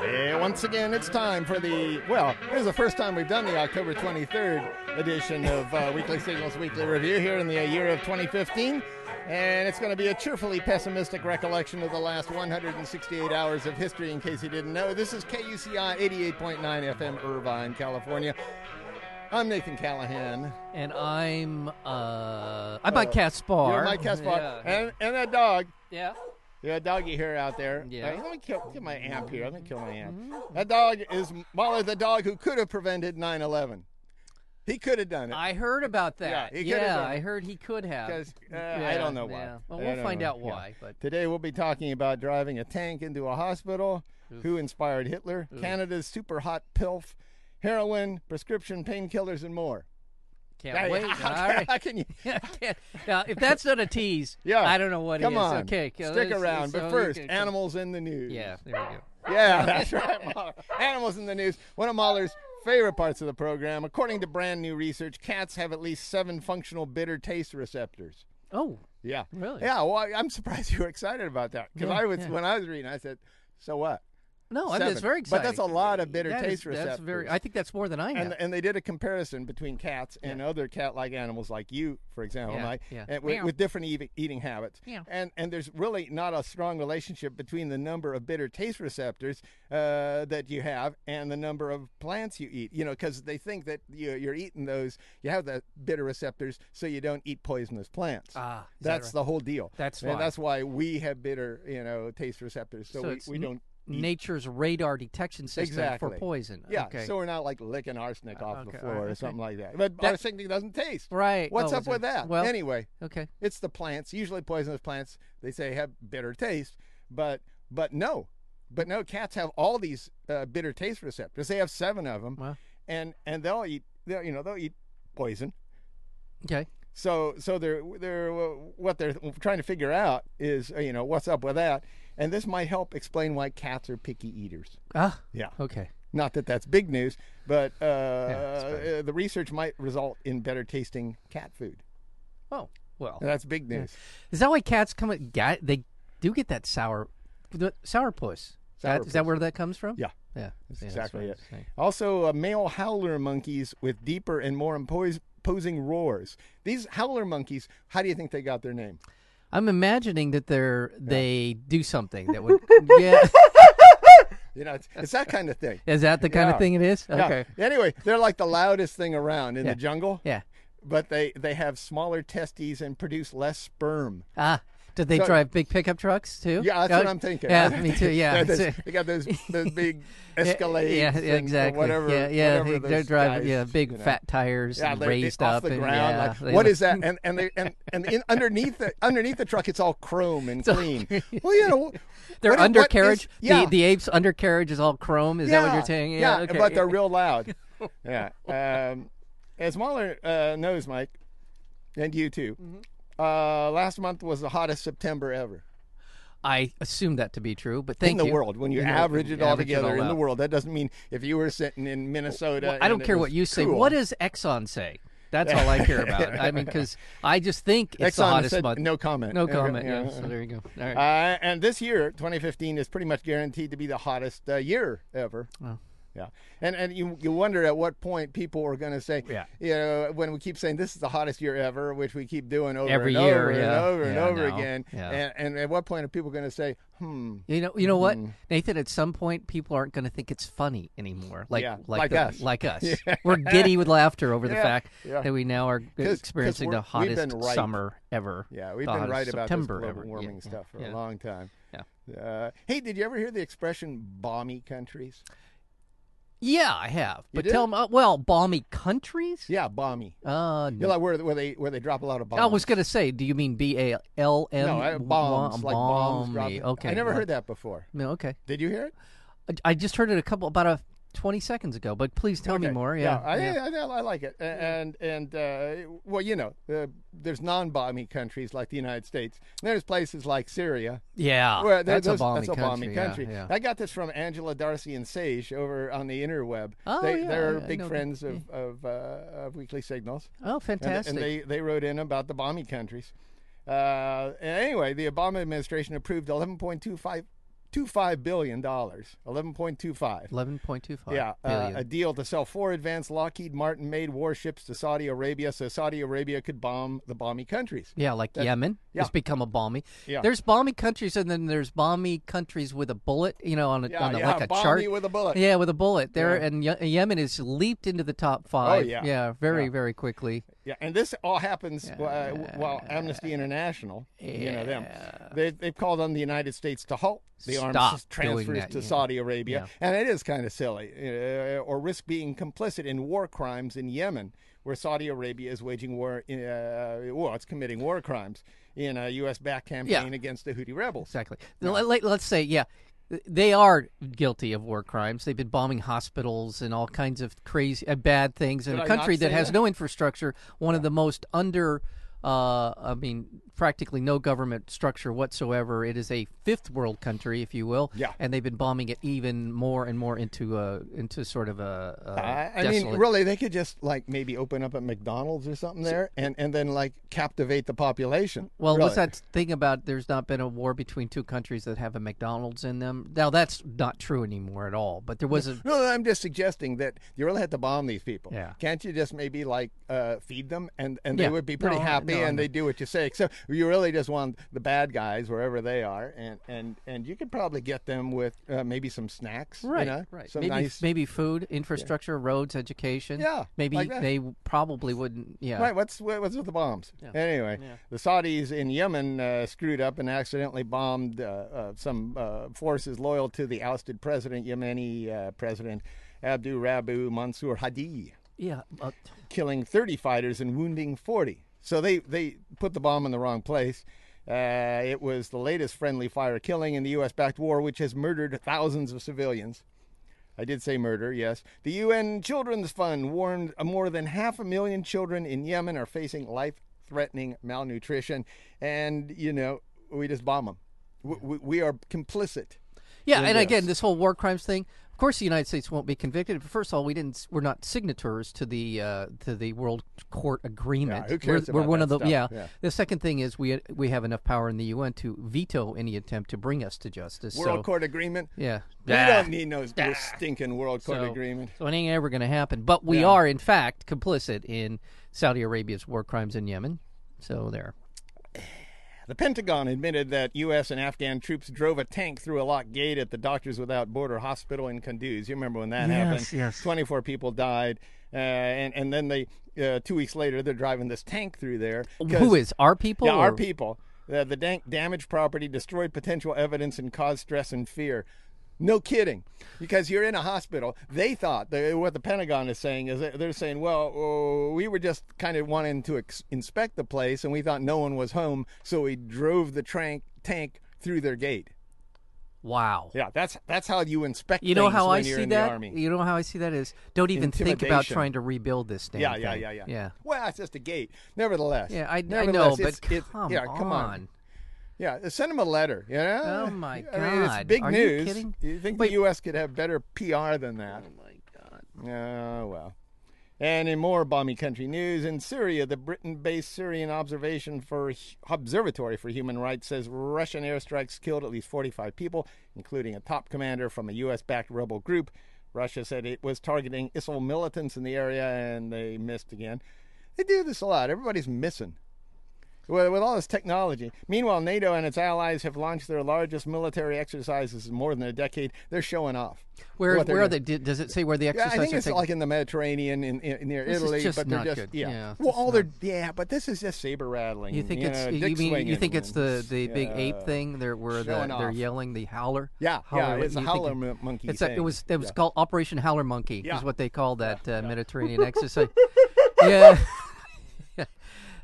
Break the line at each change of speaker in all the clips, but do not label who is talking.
Hey, once again, it's time for the well. This is the first time we've done the October 23rd edition of uh, Weekly Signals Weekly Review here in the uh, year of 2015, and it's going to be a cheerfully pessimistic recollection of the last 168 hours of history. In case you didn't know, this is KUCI 88.9 FM, Irvine, California. I'm Nathan Callahan.
And I'm uh I'm
Oh.
Mike Caspar.
You're Mike Caspar,
Yeah.
and and that dog.
Yeah.
Yeah, doggy here out there.
Yeah. Mm-hmm.
Uh, let me kill, get my amp here. Let me kill my amp. That dog is Mahler, the dog who could have prevented 9 11. He could have done it.
I heard about that.
Yeah, he could've done
I
it.
heard he could have.
'Cause, uh, I don't know why.
yeah. Well,
I
we'll
don't
find
know.
out
Yeah.
why. But
Today we'll be talking about driving a tank into a hospital, who inspired Hitler, Canada's super hot pilf, heroin, prescription painkillers, and more.
can't wait. All right.
How can you?
I can't- now, if that's not a tease,
Yeah.
I don't know what
Come
it is.
on.
Okay, go-
Stick
let's-
around.
so
But
you
first,
can-
animals in the news.
Yeah, there we go.
Yeah, that's right, Mahler. Animals in the news. One of Mahler's favorite parts of the program. According to brand new research, cats have at least seven functional bitter taste receptors.
Oh,
Yeah.
Really?
Yeah, well, I- I'm surprised you were excited about that. Because
Yeah,
I was
yeah.
when I was reading, I said, so what?
no, I mean, that's
Seven.
very
But
exciting.
that's a lot of bitter
That is-
taste
That's very.
receptors.
I think that's more than I have.
And, and they did a comparison between cats and other cat-like animals, like you, for example,
Yeah,
Mike,
yeah.
and with,
Meow.
with different eating, eating habits.
Meow.
And and there's really not a strong relationship between the number of bitter taste receptors uh, that you have and the number of plants you eat. You know, because they think that you, you're eating those, you have the bitter receptors, so you don't eat poisonous plants.
Ah, is that
that's
right?
the whole deal.
That's
and
why.
that's why we have bitter, you know, taste receptors, so,
So
we,
it's
we
n-
don't. eat
Nature's radar detection system
Exactly.
for poison.
Yeah,
Okay. Uh,
so we're not like licking arsenic off the
okay,
floor
all
or
right, okay.
something like that. But
That-
arsenic doesn't taste.
Right.
What's
Oh,
up
is it-
with that?
well-
anyway,
okay.
it's the plants. Usually poisonous plants, they say have bitter taste, but but no, but no. Cats have all these uh, bitter taste receptors. They have seven of them,
Wow.
and and they'll eat. They'll, you know they'll eat poison.
Okay.
So so they're they're uh, what they're trying to figure out is uh, you know what's up with that, and this might help explain why cats are picky eaters.
Ah.
Yeah.
Okay.
Not that that's big news, but uh,
it's
uh, the research might result in better tasting cat food.
Oh well.
And that's big news.
Is that why cats come? At, ga- they do get that sour, the sourpuss. That, is
Sourpuss.
that where that comes from?
Yeah,
yeah,
that's
yeah,
exactly
what
it.
I was saying.
Also, uh, male howler monkeys with deeper and more impos- imposing roars. These howler monkeys, how do you think they got their name?
I'm imagining that they're they do something that would. yeah,
You know, it's, it's that kind of thing.
is that the kind
Yeah.
of thing it is?
Yeah.
Okay.
Anyway, they're like the loudest thing around in
Yeah.
the jungle,
Yeah.
but they, they have smaller testes and produce less sperm.
Ah, did they
So-
drive big pickup trucks too?
Yeah, that's
Oh,
what I'm thinking.
Yeah, me too. Yeah.
they,
So-
got those, they got those, those big escalades.
yeah,
and
yeah, exactly.
Whatever.
yeah, yeah,
whatever
they, are
those
driving
guys,
yeah big
you know.
fat tires and
they- they-
raised
off
up
the
and
ground.
yeah,
like,
they
what
look-
is that? And and they, and and in, underneath the underneath the truck, it's all chrome and clean. Well, you know,
Their
what- what
undercarriage,
is- yeah,
the, the ape's undercarriage is all chrome. Is that what you're saying?
Yeah,
okay.
but they're real loud. yeah. Um, as Mahler uh, knows, Mike, and you too.
Mm-hmm.
Uh, last month was the hottest September ever
I assume that to be true, but thank
in the
you.
world. When you
know,
average it all
average it
together
all
in the
out.
world, that doesn't mean if you were sitting in Minnesota.
Well, I
and
don't
it
care
was
what you say.
cool.
What does Exxon say? That's all I care about. I mean, because I just think it's the
Exxon
hottest
said
month.
no comment.
No
Okay,
comment. Yeah,
yeah.
so there you go. All right.
Uh, and this year, 2015, is pretty much guaranteed to be the hottest uh, year ever.
Oh.
Yeah, and and you you wonder at what point people are going to say,
Yeah.
you know, when we keep saying this is the hottest year ever, which we keep doing over
Every
and
year,
over and
yeah.
over and
Yeah,
over
no.
again,
Yeah.
and, and at what point are people going to say, hmm,
you know, you know what, Nathan? At some point, people aren't going to think it's funny anymore. Like,
Yeah, like
like, the-
us.
like us. We're giddy with laughter over
Yeah,
the fact
yeah.
that we now are
'cause
experiencing
we're-
the
we've
hottest
been right.
summer ever.
yeah, we've
the
been
hottest
right about
September
this global
ever. Yeah,
warming
yeah,
stuff for
yeah.
a long time.
Yeah.
Uh, hey, did you ever hear the expression "balmy countries"?
Yeah, I have.
You
But tell
did?
me, well, balmy countries.
Yeah, balmy.
Uh,
You know, like where, where they where they drop a lot of bombs.
I was gonna say, do you mean B A L M?
no, I, bombs like bombs. dropped.
Okay,
I never
well,
heard that before.
No, okay.
Did you hear it?
I- I just heard it a couple about a 20 seconds ago, but please tell me
Okay.
more. Yeah.
I,
yeah.
I, I, I like it. A- And and uh, well, you know, uh, there's non-bombing countries like the United States. And there's places like Syria.
Yeah,
where there-
Oh, that's,
those-
a bombing
that's a bombing country.
country. Yeah, yeah.
I got this from Angela Darcy and Sage over on the interweb.
Oh,
they,
yeah,
they're
I- I
big
know them.
friends of of, uh, of Weekly Signals.
Oh,
And,
fantastic.
and they, they wrote in about the bombing countries. Uh, and anyway, the Obama administration approved 11.25 25 billion dollars. 11.25.
11.25
Yeah, uh,
billion.
a deal to sell four advanced Lockheed Martin made warships to Saudi Arabia so Saudi Arabia could bomb the bombing countries.
yeah, like Yemen
yeah.
has become a balmy.
Yeah.
There's balmy countries, and then there's balmy countries with a bullet. You know, on a,
Yeah,
on a,
yeah,
like a
bomb
chart.
me with a bullet.
Yeah, with a bullet there, and Ye- Yemen is leaped into the top five.
Oh, yeah.
very very quickly.
Yeah, and this all happens uh, while Amnesty International, you know them, they, they've called on the United States to halt the
Stop
arms
doing
transfers
that,
to
yeah.
Saudi Arabia, and it is kind of silly, uh, or risk being complicit in war crimes in Yemen, where Saudi Arabia is waging war. Uh, well, it's committing war crimes in a U.S.-backed campaign against the Houthi rebels.
Exactly. Let, us say, yeah, th- they are guilty of war crimes. They've been bombing hospitals and all kinds of crazy, uh, bad things in
Did
a
I
country
not
that
say
has
that?
no infrastructure. One of the most under, uh, I mean, practically no government structure whatsoever. It is a fifth world country, if you will.
Yeah.
And they've been bombing it even more and more into uh, into sort of a. Uh,
I, I mean,
desolate-
really, they could just like maybe open up a McDonald's or something there, and, and then like captivate the population.
Well, what's
really.
that thing about there's not been a war between two countries that have a McDonald's in them? Now, that's not true anymore at all, but there was a.
No, I'm just suggesting that you really have to bomb these people.
Yeah.
Can't you just maybe like uh, feed them and, and
Yeah.
they would be pretty
No, I-
happy
no, I
and
know.
they do what you say. Except you really just want the bad guys wherever they are, and and, and you could probably get them with uh, maybe some snacks. you
Right,
know,
right.
Some
maybe
nice.
maybe food, infrastructure, roads, education.
Yeah,
maybe
like that.
they probably wouldn't. Yeah,
Right, what's what- what's with the bombs? Anyway, the Saudis in Yemen uh, screwed up and accidentally bombed uh, uh, some uh, forces loyal to the ousted president, Yemeni uh, president Abdu Rabu Mansour Hadi.
yeah. uh,
killing 30 fighters and wounding 40. So they, they put the bomb in the wrong place. Uh, it was the latest friendly fire killing in the U.S. backed war, which has murdered thousands of civilians. I did say murder, yes. The UN Children's Fund warned more than half a million children in Yemen are facing life threatening malnutrition. And, you know, we just bomb them. We, we, we are complicit.
yeah, and
yes.
again, this whole war crimes thing. Of course, the United States won't be convicted. But first of all, we didn't. We're not signatories to the uh, to the World Court Agreement.
Yeah, who
we're
cares
we're
about
one
that
of the.
stuff?
Yeah.
Yeah.
The second thing is we we have enough power in the UN to veto any attempt to bring us to justice.
World
so,
Court Agreement.
Yeah.
We don't need no no stinking World Court
So-
Agreement.
So it ain't ever going to happen. But we are, in fact, complicit in Saudi Arabia's war crimes in Yemen. So there.
The Pentagon admitted that U.S. and Afghan troops drove a tank through a locked gate at the Doctors Without Border Hospital in Kunduz. You remember when that happened? Yes. Twenty-four people died, uh, and and then they uh, two weeks later they're driving this tank through there. 'cause-
Who is our people?
Yeah, our
or-
people. Uh, the dank damaged property, destroyed potential evidence, and caused stress and fear. No kidding, because you're in a hospital. They thought they, what the Pentagon is saying is that they're saying, "Well, oh, we were just kind of wanting to ex- inspect the place, and we thought no one was home, so we drove the trank- tank through their gate."
Wow.
Yeah, that's that's how you inspect.
You know
things
how
when
I
you're
see
in The
that?
army.
You know how I see that is don't even think about
Intimidation.
trying to rebuild this damn
Yeah, yeah,
thing.
yeah, yeah,
Yeah.
Well, it's just a gate. Nevertheless.
Yeah, I, I know,
nevertheless,
but
it's-
come,
it's- yeah, come on. Yeah, send them a letter. You know?
Oh, my
I mean, it's
God.
big
Are you
news.
kidding?
You think the U.S. could have better PR than that? Oh my God. Oh well. And in more balmy country news, in Syria, the Britain-based Syrian observation for Observatory for Human Rights says Russian airstrikes killed at least 45 people, including a top commander from a U.S.-backed rebel group. Russia said it was targeting ISIL militants in the area, and they missed again. They do this a lot. Everybody's missing with, with all this technology. Meanwhile, NATO and its allies have launched their largest military exercises in more than a decade. They're showing off.
Where,
what they're
where are they?
doing.
Did- Does it say where the
Yeah,
exercise
I think it's
are taking-
like in the Mediterranean, in, in near
is
Italy,
just
but they're
not
just
good.
yeah.
Yeah,
well,
this
all
is
they're yeah, but this is just saber rattling.
You think it's
know, dick
you mean you
swinging
think it's the
and-
the big
yeah.
ape thing? There where the,
Showing
they're
off.
yelling the howler.
Yeah, yeah, it's
you
a
think
howler
it-
mon- monkey
It's a, it
thing.
was that was called Operation Howler Monkey.
Yeah.
Is what they call that uh, Mediterranean exercise. yeah.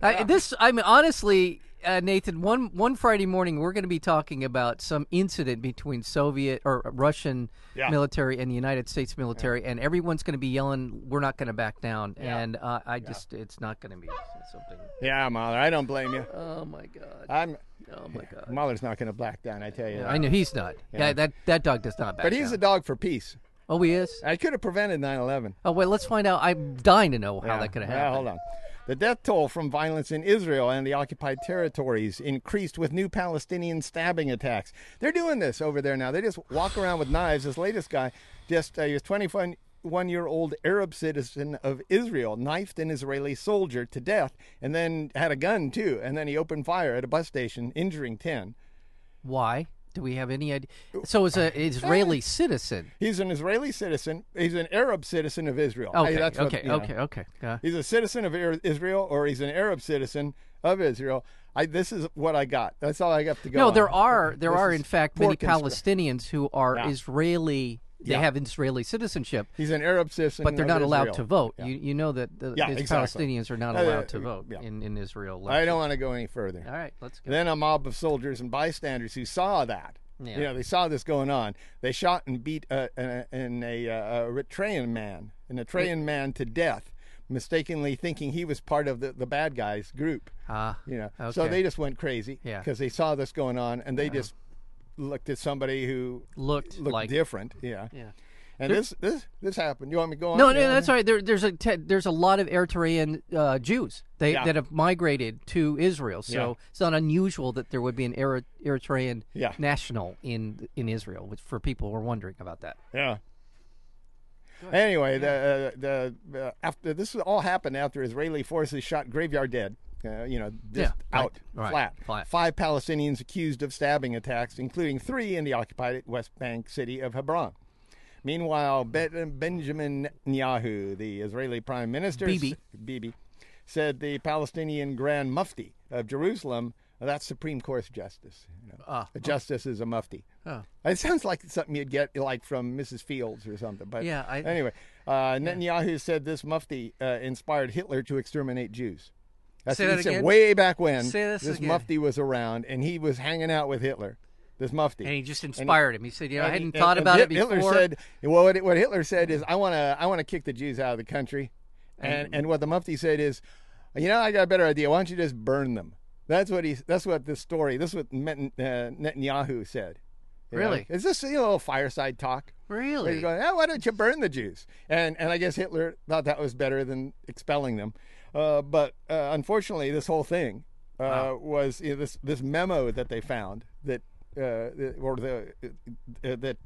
I, this I mean honestly, uh, Nathan, one one Friday morning, we're going to be talking about some incident between Soviet or uh, Russian
Yeah.
military and the United States military, and everyone's going to be yelling, "We're not going to back down!"
Yeah.
And uh, I just, it's not going to be something.
Yeah, Mahler, I don't blame you.
Oh my god!
I'm
Oh my god!
Mahler's not going to black down. I tell you. that.
I know he's not. Yeah. that that dog does not back
But he's a
down.
dog for peace.
oh, he is.
I could have prevented 9/11.
Oh wait, let's find out. I'm dying to know how
Yeah.
that could have
Yeah,
happened.
hold on. The death toll from violence in Israel and the occupied territories increased with new Palestinian stabbing attacks. They're doing this over there now. They just walk around with knives. This latest guy, just uh, he was 21 one year old Arab citizen of Israel, knifed an Israeli soldier to death and then had a gun too. And then he opened fire at a bus station, injuring 10.
Why? Do we have any idea? So, it's a Israeli citizen.
He's an Israeli citizen. He's an Arab citizen of Israel. Hey,
Okay,
that's what-
okay,
you know.
okay, okay, Uh,
He's a citizen of Ir- Israel or he's an Arab citizen of Israel. I, this is what I got. That's all I got to go.
No,
on.
there are there
This
are
is
in fact
poor
many
conscript-
Palestinians who are Israeli. They
Yeah.
have Israeli citizenship,
He's an Arab citizen,
but they're
of
not allowed
Israel.
to vote. You you know that the
Yeah,
Is-
exactly.
Palestinians are not
Uh,
allowed to
uh,
vote
yeah.
in in Israel.
I don't want to go any further.
All right, let's go.
Then a mob of soldiers and bystanders who saw that.
Yeah.
You know, they saw this going on. They shot and beat uh, a, an an a, uh, a Eritrean man, an Eritrean man to death, mistakenly thinking he was part of the, the bad guys group.
Ah,
you know, so
okay.
they just went crazy
Yeah. Uh-huh.
because they saw this going on and they just looked at somebody who
Looked like-
different. Yeah.
yeah.
And this this this happened. You want me to go on?
No,
Yeah.
no, that's all right. There, there's a te- there's a lot of Eritrean uh, Jews they,
Yeah.
that have migrated to Israel, so
Yeah.
it's not unusual that there would be an Eri- Eritrean
Yeah.
national in in Israel. Which for people who are wondering about that.
Yeah. Anyway, the uh, the uh, after this all happened after Israeli forces shot graveyard dead. Uh, you know, just
Yeah,
out
right,
flat.
flat.
Five Palestinians accused of stabbing attacks, including three in the occupied West Bank city of Hebron. Meanwhile, Be- Benjamin Netanyahu, the Israeli Prime Minister,
Bibi.
Bibi, said the Palestinian Grand Mufti of Jerusalem. uh, That's Supreme Court justice. You know.
Ah,
a justice is a mufti.
Oh.
It sounds like something you'd get like from Mrs. Fields or something. But
Yeah, I-
anyway, uh, Netanyahu said this mufti uh, inspired Hitler to exterminate Jews. That's
Say
what
that
he said
again?
way back when
Say this again.
mufti was around and he was hanging out with Hitler. This mufti.
And he just inspired him. He said, "You know, I
And he-
hadn't
and-
thought
and
about it
Hit-
before."
Hitler said, "Well, what, what Hitler said is, I want to, I want to kick the Jews out of the country," and and what the Mufti said is, "You know, I got a better idea. Why don't you just burn them?" That's what he. That's what this story. This is what Met, uh, Netanyahu said. You know?
Really?
Is this you know, a little fireside talk? Where
"Really?"
he's going, "Oh, why don't you burn the Jews? And and I guess Hitler thought that was better than expelling them. Uh, but uh, unfortunately, this whole thing uh, was you know, this this memo that they found that uh, that- or the uh, that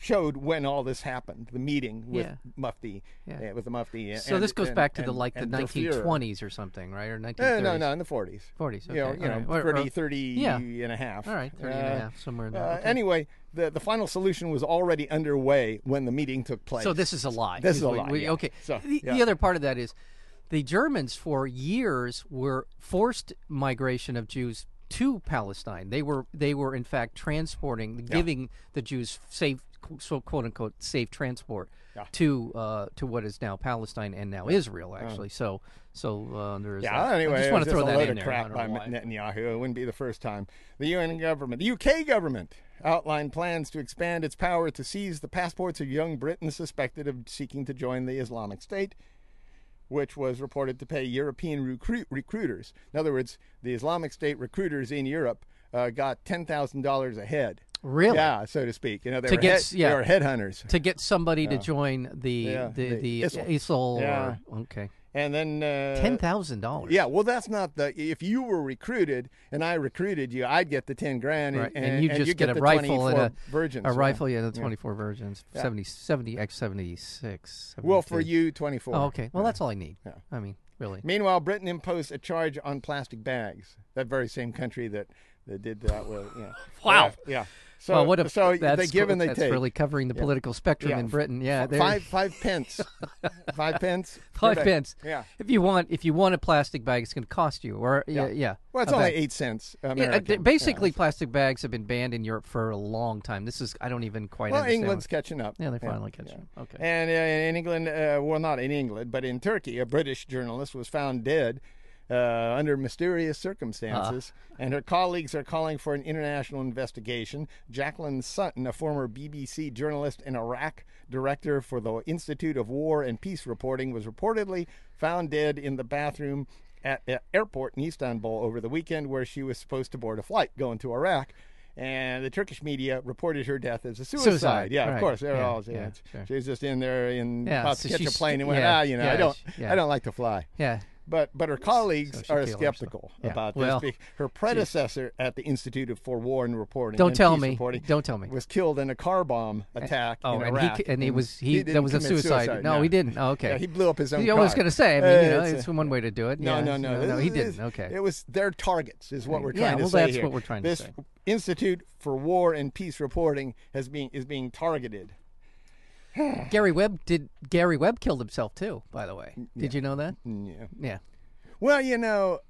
showed when all this happened. The meeting with
Yeah.
Mufti
Yeah.
uh, with the Mufti.
So this goes back to the
and-
like the
and Der Fuhrer.
1920s or something, right? Or 1930s.
Uh, no, no, in the 40s.
40s. Okay.
You know,
all
you know
right. Or- or-
30, 30
yeah.
and a half.
all right, 30 and
Uh,
a half, somewhere in there.
uh,
Okay.
Anyway, the, the final solution was already underway when the meeting took place.
So this is a lie.
This is a
we-
lie,
we-
yeah.
Okay.
So,
the, the
yeah.
other part of that is the Germans for years were forced migration of Jews to Palestine. They were they were in fact transporting, giving the Jews safe, so quote unquote safe transport to uh, to what is now Palestine and now Israel actually. So so uh, there is.
Mm. Yeah.
that.
Anyway,
I just want
it's
to throw
a
that
load
in
of
there. I
crap
don't
by
know why.
Netanyahu. It wouldn't be the first time. The UN government, the UK government, outlined plans to expand its power to seize the passports of young Britain suspected of seeking to join the Islamic State. Which was reported to pay European recruit recruiters. In other words, the Islamic State recruiters in Europe uh, got ten thousand dollars a head.
Really?
Yeah, so to speak. You know, they
To
were
get
head,
s- yeah.
they were headhunters.
to get somebody to join the
Yeah,
the,
the
the
ISIL.
ISIL
Yeah.
or, okay
And then uh,
ten thousand dollars.
Yeah, well, that's not the. If you were recruited and I recruited you, I'd get the ten grand, and,
Right. And, you just
you
get, a
the
rifle
24
and a
virgins,
A
yeah.
rifle, yeah, the 24 virgins. 70, 70 x 76.
Well, for
72.
you, twenty four.
Oh, okay. Well, that's all I need. I mean, really.
Meanwhile, Britain imposed a charge on plastic bags. That very same country that, that did that with. Yeah.
Wow.
Yeah. yeah. So
well, what a
so
that's
they give
cool.
and they
that's
take.
really covering the political spectrum
Yeah.
in Britain. Yeah, there-
five five pence, five pence, per
five
bag.
pence.
Yeah.
If you want, if you want a plastic bag, it's going to cost you. Or yeah, yeah.
Well, it's
a
only
bag.
eight cents.
Yeah, uh,
American.
th- basically, plastic bags have been banned in Europe for a long time. This is I don't even quite
Well,
understand.
England's catching up.
what- yeah, they're finally catching. up. Okay.
And uh, in England, uh, well, not in England, but in Turkey, a British journalist was found dead uh, under mysterious circumstances,
Ah.
and her colleagues are calling for an international investigation. Jacqueline Sutton, a former BBC journalist and Iraq director for the Institute of War and Peace Reporting, was reportedly found dead in the bathroom at an airport in Istanbul over the weekend where she was supposed to board a flight going to Iraq. And the Turkish media reported her death as a suicide.
Suicide,
yeah, of
right.
course. They're
Yeah,
all, yeah,
yeah,
it's-
sure.
She was just in there and
Yeah,
about
so
to catch a
she's-
plane and went,
yeah,
ah, you know, I
yeah,
don't,
yeah.
I don't like to fly.
Yeah.
But but her colleagues
she
are
killed
skeptical
herself. Yeah.
about
Well,
this. Be- Her predecessor at the Institute of for War and Reporting.
Don't
and
tell
Peace
me.
Reporting
Don't tell me.
Was killed in a car bomb attack
Oh,
in
and
Iraq. Mm.
he and it was he, that
Mm-hmm. didn't
was a
commit
suicide. No, he didn't. Oh, okay.
Yeah, he blew up his own.
You know, I was
car.
going to say. I mean,
Uh,
you know,
it's a-
it's one way to do it.
no,
yeah,
no, no,
no,
This
he
is-
didn't. Okay.
It was their targets, is what we're
Yeah,
trying to
well,
say
that's
here.
what we're trying to
this
say.
Institute for War and Peace Reporting has being is being targeted.
Gary Webb did. Gary Webb killed himself too. By the way, did you know that?
Mm, Yeah.
Yeah.
Well, you know,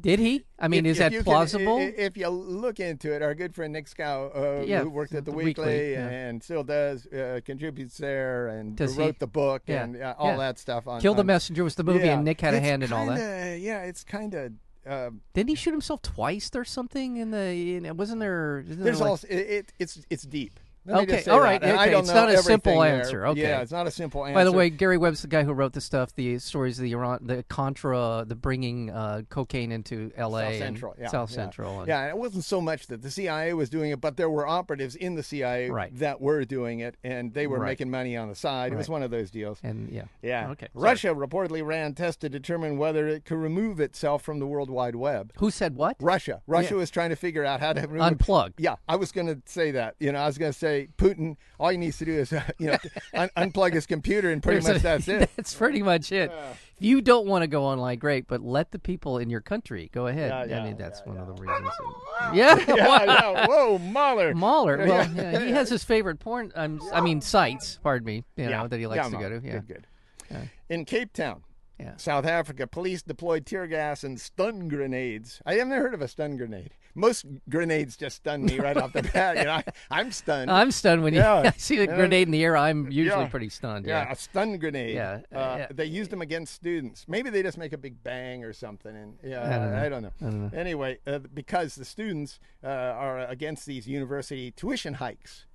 Did he? I mean,
If-
is
if
that
you can-
plausible?
i- i- if you look into it, our good friend Nick Scow, uh,
Yeah,
who worked at the,
the
Weekly,
Weekly, yeah.
and still does, uh, contributes there, and
Does
wrote
he?
the book
Yeah,
and uh, all
yeah.
that stuff. On
Kill the
on-
Messenger was the movie,
Yeah.
and Nick had a
It's
hand in all that.
kinda- Yeah, it's kind of. Uh,
Didn't he shoot himself twice or something? In the in, wasn't there? isn't there
there's
like-
also it, it, it's it's deep. Let me
Okay,
just say
all
that,
right,
and I
okay,
don't
it's
know
not a simple
everything there.
answer, okay.
Yeah, it's not a simple answer.
By the way, Gary Webb's the guy who wrote the stuff, the stories of the Iran, the Contra, the bringing uh, cocaine into L.A.
South
and
Central, yeah,
South
yeah.
Central, and-
yeah, and it wasn't so much that the CIA was doing it, but there were operatives in the CIA
Right.
that were doing it, and they were
Right.
making money on the side. It was
Right.
one of those deals.
and yeah,
Yeah.
Okay, sorry.
Russia reportedly ran tests to determine whether it could remove itself from the World Wide Web.
Who said what?
Russia. Russia was trying to figure out how to remove.
Unplug.
Yeah, I was going to say that. You know, I was going to say Putin. All he needs to do is, uh, you know, un- unplug his computer, and pretty
There's
much
a-
that's it.
That's pretty much it. If you don't want to go online, great, but let the people in your country go ahead.
Yeah, yeah,
I mean, that's
yeah,
one of the reasons. that- yeah.
yeah, yeah. Whoa, Mahler.
Mahler,
Yeah,
well,
yeah.
yeah, he has his favorite porn. Um, I mean, sites. Pardon me. You know that he likes to
Mahler.
go to. Yeah,
Good, good. In Cape Town,
yeah.
South Africa, police deployed tear gas and stun grenades. I have never heard of a stun grenade. Most grenades just stun me right off the bat. You know, I, I'm stunned.
I'm stunned when you
Yeah.
I see a
Yeah.
grenade in the air. I'm usually
Yeah.
pretty stunned.
Yeah,
Yeah.
a stun grenade.
Yeah,
Uh,
uh, yeah.
They used them against students. Maybe they just make a big bang or something. And yeah,
I don't know.
I, don't know. Anyway, uh, because the students uh, are against these university tuition hikes.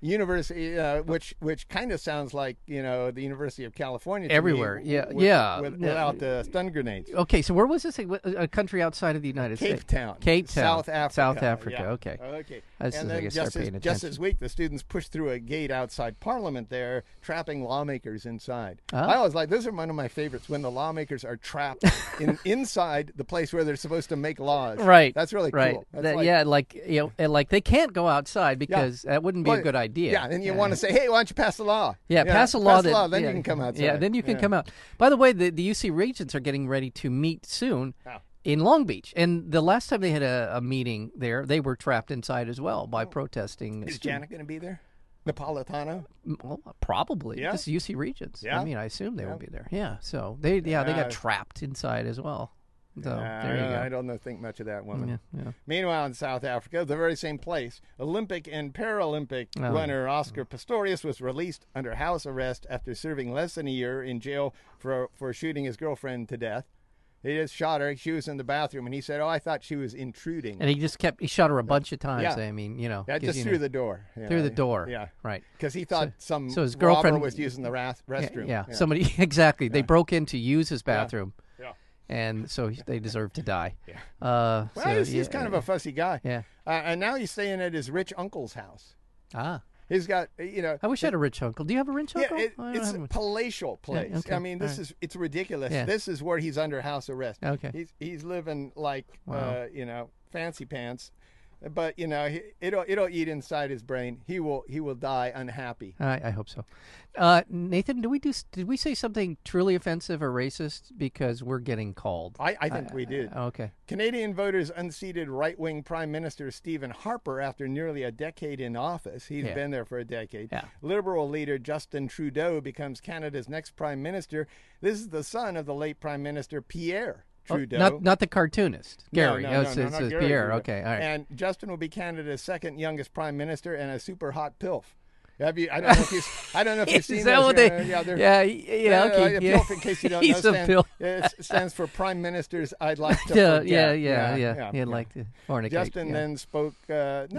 University, uh, which which kind of sounds like you know the University of California to me,
Everywhere. Yeah,
with-
yeah.
with-
Yeah.
without the stun grenades.
Okay, so where was this? A a country outside of the United
Cape
States.
Town,
Cape Town.
South Africa.
South Africa.
yeah.
Okay.
okay.
That's
and
the
then
biggest
just
start
this,
paying
just
attention.
this week, the students pushed through a gate outside Parliament there, trapping lawmakers inside.
Ah.
I always like those are one of my favorites when the lawmakers are trapped in inside the place where they're supposed to make laws.
Right.
That's really
right.
cool. That's
That-
like-
yeah, like you know, and like they can't go outside because that wouldn't be
Well,
a good idea.
Yeah, and you want to say, hey, why don't you pass a law?
Yeah, pass a law that
then
yeah,
you can come outside.
Yeah, then you can come out. By the way, the, the UC Regents are getting ready to meet soon in Long Beach. And the last time they had a, a meeting there, they were trapped inside as well
Oh.
by protesting.
Is
student-
Janet going to be there? Napolitano.
Well, probably.
Yeah.
This is UC Regents.
Yeah.
I mean, I assume they will be there. Yeah. So they yeah, they
Yeah.
got trapped inside as well. So
Uh,
Oh, there
I
you
don't-
go.
I don't know, think much of that woman.
Yeah, yeah.
Meanwhile, in South Africa, the very same place, Olympic and Paralympic
Oh.
runner Oscar Pistorius was released under house arrest after serving less than a year in jail for for shooting his girlfriend to death. He just shot her. She was in the bathroom, and he said, "Oh, I thought she was intruding."
And he just kept he shot her a bunch of times.
Yeah.
I mean, you know,
yeah,
'cause,
just
you
through
know,
the door. you
through
know,
the door.
Yeah,
Right.
Because he thought some
so his
robber
girlfriend-
was using the rath- restroom.
Yeah. Somebody exactly. They broke in to use his bathroom.
Yeah.
And so he- they deserve to die. Yeah. Uh,
Well,
so,
he's, he's
yeah,
kind of a fussy guy.
yeah.
Uh, and now he's staying at his rich uncle's house.
Ah,
He's got, you know,
I wish I had a rich uncle. Do you have a rich uncle?
Yeah, it,
I don't
it's
have
a
one.
palatial place.
okay,
I mean, this is it's ridiculous.
Yeah.
This is where he's under house arrest.
Okay.
he's he's living like uh,
Wow.
you know fancy pants, but you know he, it'll it'll eat inside his brain. He will he will die unhappy.
I, I hope so. Uh, Nathan, do we do? Did we say something truly offensive or racist? Because we're getting called.
I, I
Uh,
think we did.
Okay.
Canadian voters unseated right wing Prime Minister Stephen Harper after nearly a decade in office. He's
Yeah.
been there for a decade.
Yeah.
Liberal leader Justin Trudeau becomes Canada's next Prime Minister. This is the son of the late Prime Minister Pierre Trudeau.
Oh, Not not the cartoonist, Gary. Oh,
No, no,
it's,
no, no,
it's-
not
it's
Gary
Pierre.
Trudeau.
Okay. All right.
And Justin will be Canada's second youngest prime minister and a super hot pilf. Have you? I don't know if you've, I don't know if you've
Is
seen
that
those,
what they?
uh, yeah,
yeah,
they're-
yeah, yeah,
uh,
okay,
a
yeah.
PILF, in case you don't
He's
know,
a
stand-
PILF.
yeah, it stands for Prime Ministers I'd Like to
Yeah,
Forget.
yeah, yeah, yeah. He'd like to fornicate.
Justin
yeah.
then spoke. Uh, no, I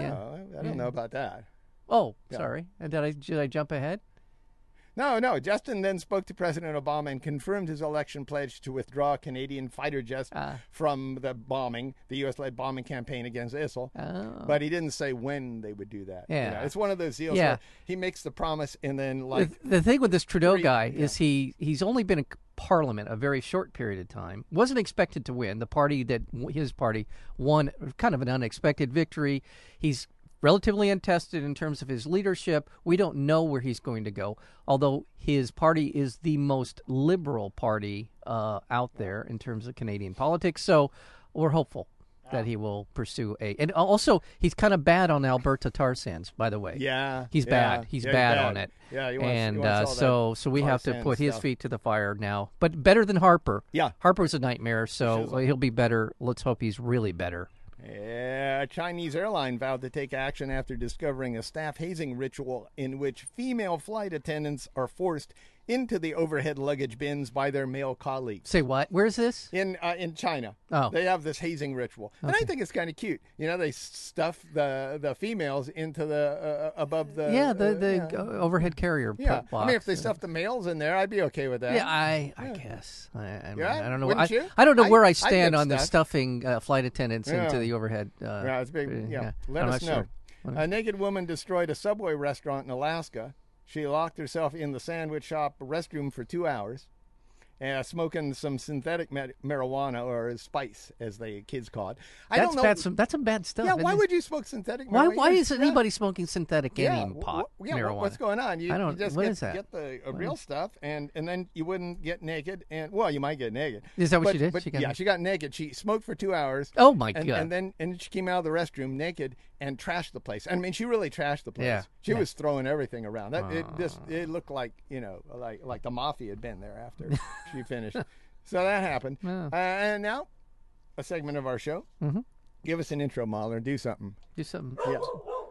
Yeah.
don't know about that.
Oh, sorry. And Did I did I jump ahead?
No, no. Justin then spoke to President Obama and confirmed his election pledge to withdraw Canadian fighter jets
Ah.
from the bombing, the U.S. led bombing campaign against ISIL.
Oh.
But he didn't say when they would do that. you
Yeah.
know. it's one of those deals
Yeah.
where he makes the promise and then, like,
the, the thing with this Trudeau guy is he he's only been in parliament a very short period of time. Wasn't expected to win. The party that his party won kind of an unexpected victory. He's relatively untested in terms of his leadership. We don't know where he's going to go. Although his party is the most liberal party uh, out there in terms of Canadian politics, so we're hopeful. That he will pursue a, and also he's kind of bad on Alberta tar sands, by the way.
Yeah,
he's
yeah,
bad. He's
yeah,
bad,
bad.
on it.
Yeah, he wants- he
and
wants
uh,
all that
so so we
tar
have to
sand
put his
stuff.
feet to the fire now, but better than Harper.
Yeah.
Harper's a nightmare, so he'll be better. Let's hope he's really better.
Yeah, a Chinese airline vowed to take action after discovering a staff hazing ritual in which female flight attendants are forced into the overhead luggage bins by their male colleagues.
Say what? Where's this?
In uh, in China,
Oh.
they have this hazing ritual, and I think it's kind of cute. You know, they stuff the the females into the uh, above the
yeah, the
uh,
the
yeah.
uh, overhead carrier p-
Yeah. I
box.
mean, if they stuffed the males in there, I'd be okay with that.
yeah, I, I guess I, I, mean,
Yeah,
I don't know.
wouldn't
I,
you?
I don't know
I-
where I
I'd
stand
get
on the
stuffed.
stuffing uh, flight attendants into
Yeah.
the overhead. Uh,
Yeah, it's big.
uh,
Yeah, let
I'm
us
not
know.
sure.
A naked woman destroyed a subway restaurant in Alaska. She locked herself in the sandwich shop restroom for two hours, uh, smoking some synthetic ma- marijuana or spice, as the kids call it. I
That's
don't know.
bad. Some, that's some bad stuff.
yeah,
isn't
why
it?
would you smoke synthetic?
Why,
marijuana?
why is
Yeah,
anybody smoking synthetic
Yeah,
any
wh-
pot
wh- yeah,
marijuana?
wh- what's going on? You,
I
you
don't-
just
what
get,
is that?
get the uh, real stuff, and, and then you wouldn't get naked. And well, you might get naked.
Is that what
But-
she did?
But,
She got
yeah,
naked?
she got naked. She smoked for two hours.
Oh, my
and,
God.
And then and she came out of the restroom naked and trashed the place. I mean, she really trashed the place.
Yeah,
She was throwing everything around. That it just it looked like you know like like the mafia had been there after she finished. So that happened. Uh, and now, a segment of our show. Mm-hmm. Give us an intro, Mahler. Do something.
Do something.
Yeah.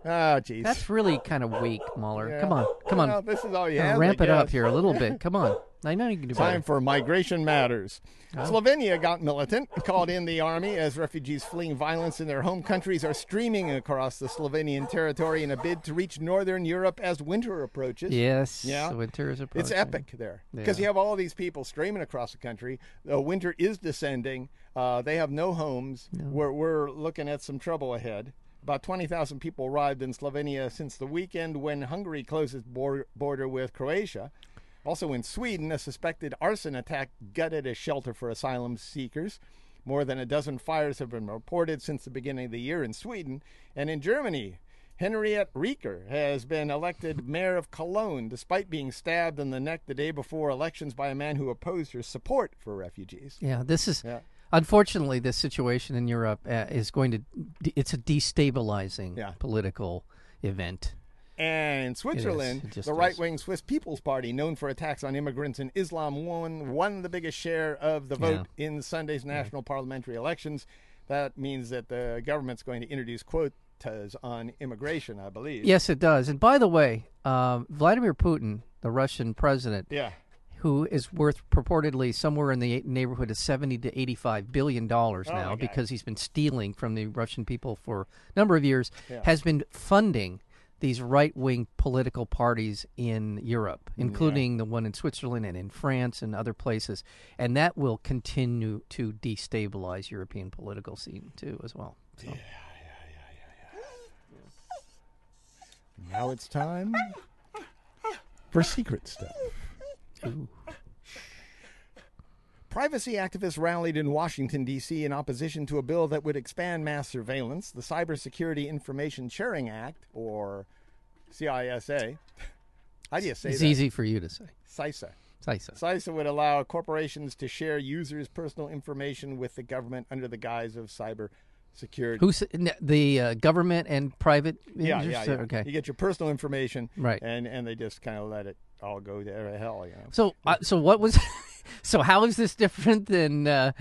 Oh, jeez.
That's really kind of weak, Mahler.
Yeah.
Come on, come on.
Well, this is all you
Now
have.
ramp
I
it up
guess.
here a little bit. Come on. I know you can do
Time
better.
for migration matters. Slovenia got militant, called in the army as refugees fleeing violence in their home countries are streaming across the Slovenian territory in a bid to reach northern Europe as winter approaches.
Yes.
Yeah.
The winter is approaching.
It's epic there because
Yeah.
you have all these people streaming across the country. The winter is descending. Uh, they have no homes. We're, we're looking at some trouble ahead. About 20,000 people arrived in Slovenia since the weekend when Hungary closed its bor- border with Croatia. Also in Sweden, a suspected arson attack gutted a shelter for asylum seekers. More than a dozen fires have been reported since the beginning of the year in Sweden. And in Germany, Henriette Rieker has been elected mayor of Cologne despite being stabbed in the neck the day before elections by a man who opposed her support for refugees.
Yeah. This is. Unfortunately, this situation in Europe uh, is going to. It's a destabilizing
Yeah.
political event.
And in Switzerland,
It just
the
is.
right wing Swiss People's Party, known for attacks on immigrants and Islam, won, won the biggest share of the vote in Sunday's national parliamentary elections. That means that the government's going to introduce quotas on immigration, I believe.
Yes, it does. And by the way, um, Vladimir Putin, the Russian president,
Yeah.
who is worth purportedly somewhere in the neighborhood of 70 to 85 billion dollars
Oh,
now because he's been stealing from the Russian people for a number of years has been funding these right-wing political parties in
Mm,
Europe including the one in Switzerland and in France and other places and that will continue to destabilize European political scene too as well So-
Now it's time for secret stuff. Privacy activists rallied in Washington, D.C. in opposition to a bill that would expand mass surveillance. The Cybersecurity Information Sharing Act, or CISA. How do you say
it's
that?
easy for you to say
CISA.
Say so.
CISA would allow corporations to share users' personal information with the government under the guise of cyber security.
Who's n- the uh, government and private?
yeah, yeah,
interests?
yeah.
Okay.
You get your personal information,
Right.
And and they just kind of let it all go to hell, you know.
So, uh, so what was? so how is this different than uh,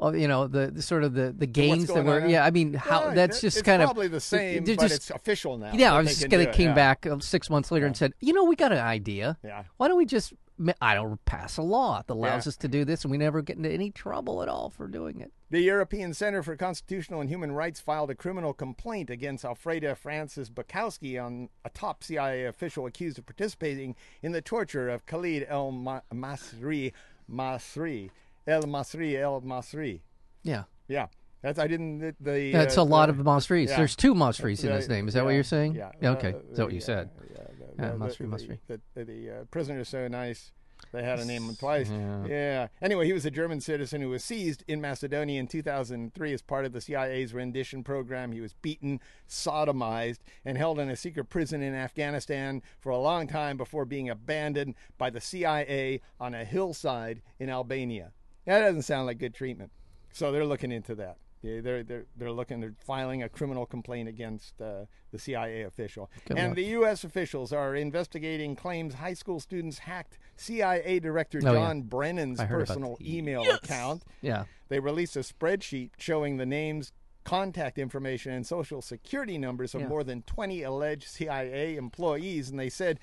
oh, you know the, the sort of the, the gains that
going
were?
on?
Yeah, I mean how
Yeah,
that's
it-
just
it's
kind
probably
of
the same,
they're
but
just-
it's official now.
yeah,
that
I was
they
just
can
gonna
do it,
came
yeah.
back uh, six months later and said, you know, we got an idea.
Yeah.
Why don't we just ma- I don't pass a law that allows
Yeah.
us to do this, and we never get into any trouble at all for doing it.
The European Center for Constitutional and Human Rights filed a criminal complaint against Alfreda Francis Bukowski, on a top CIA official accused of participating in the torture of Khalid El Ma- Masri, Masri, El Masri, El Masri.
Yeah,
Yeah, that's I didn't. The, the,
that's
uh,
a lot
the-
of Masris.
yeah.
There's two Masris in
Yeah,
his name. Is that what
yeah,
you're saying?
yeah,
Okay,
uh,
that's what you
yeah,
said.
Yeah, the,
Yeah,
the-
must be,
the-
must be.
The, the, the, uh, prisoner's so nice. They had a name twice. Yeah. Anyway, he was a German citizen who was seized in Macedonia in 2003 as part of the CIA's rendition program. He was beaten, sodomized, and held in a secret prison in Afghanistan for a long time before being abandoned by the CIA on a hillside in Albania. That doesn't sound like good treatment. So they're looking into that. Yeah, they're they're they're looking. They're filing a criminal complaint against uh, the CIA official, and the U.S. officials are investigating claims high school students hacked CIA Director
Oh, yeah.
John Brennan's
heard about
personal
the-
email account.
Yeah.
They released a spreadsheet showing the names, contact information, and social security numbers of more than 20 alleged CIA employees. And they said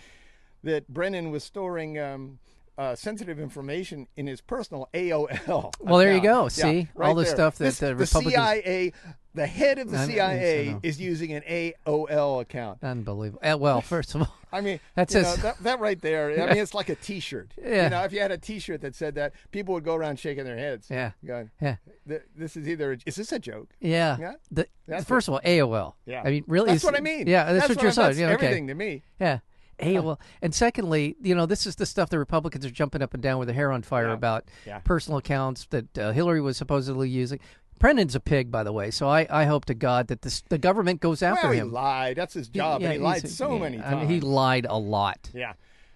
that Brennan was storing um, uh, sensitive information in his personal AOL.
Well, there you
account.
go.
Yeah,
See?
right
All the
there.
stuff that
This-
the
the
Republicans-
CIA, the head of the
I know, yes, I
CIA,
know.
is using an AOL account.
Unbelievable. Uh, well, first of all,
I mean,
That
you
says-
know, that, that right there. I mean, it's like a T-shirt.
Yeah.
You know, if you had a T-shirt that said that, people would go around shaking their heads.
Yeah.
Going,
Yeah.
"Th- This is either. A, is this a joke?
yeah.
Yeah?
The,
That's
first of all, AOL.
Yeah.
I mean, really,
That's
it's-
what I mean.
Yeah, that's,
what
what you're
I'm-
saying.
that's
Yeah, okay.
Everything to me.
Yeah. AOL. And secondly, you know, this is the stuff the Republicans are jumping up and down with their hair on fire about
Yeah.
personal accounts that uh, Hillary was supposedly using. Brennan's a pig, by the way. So I, I hope to God that this, the government goes after
Well, he
him.
lied. That's his job. and he
he's
lied
a-
so
yeah,
many
I
times.
mean, he lied a lot.
Yeah.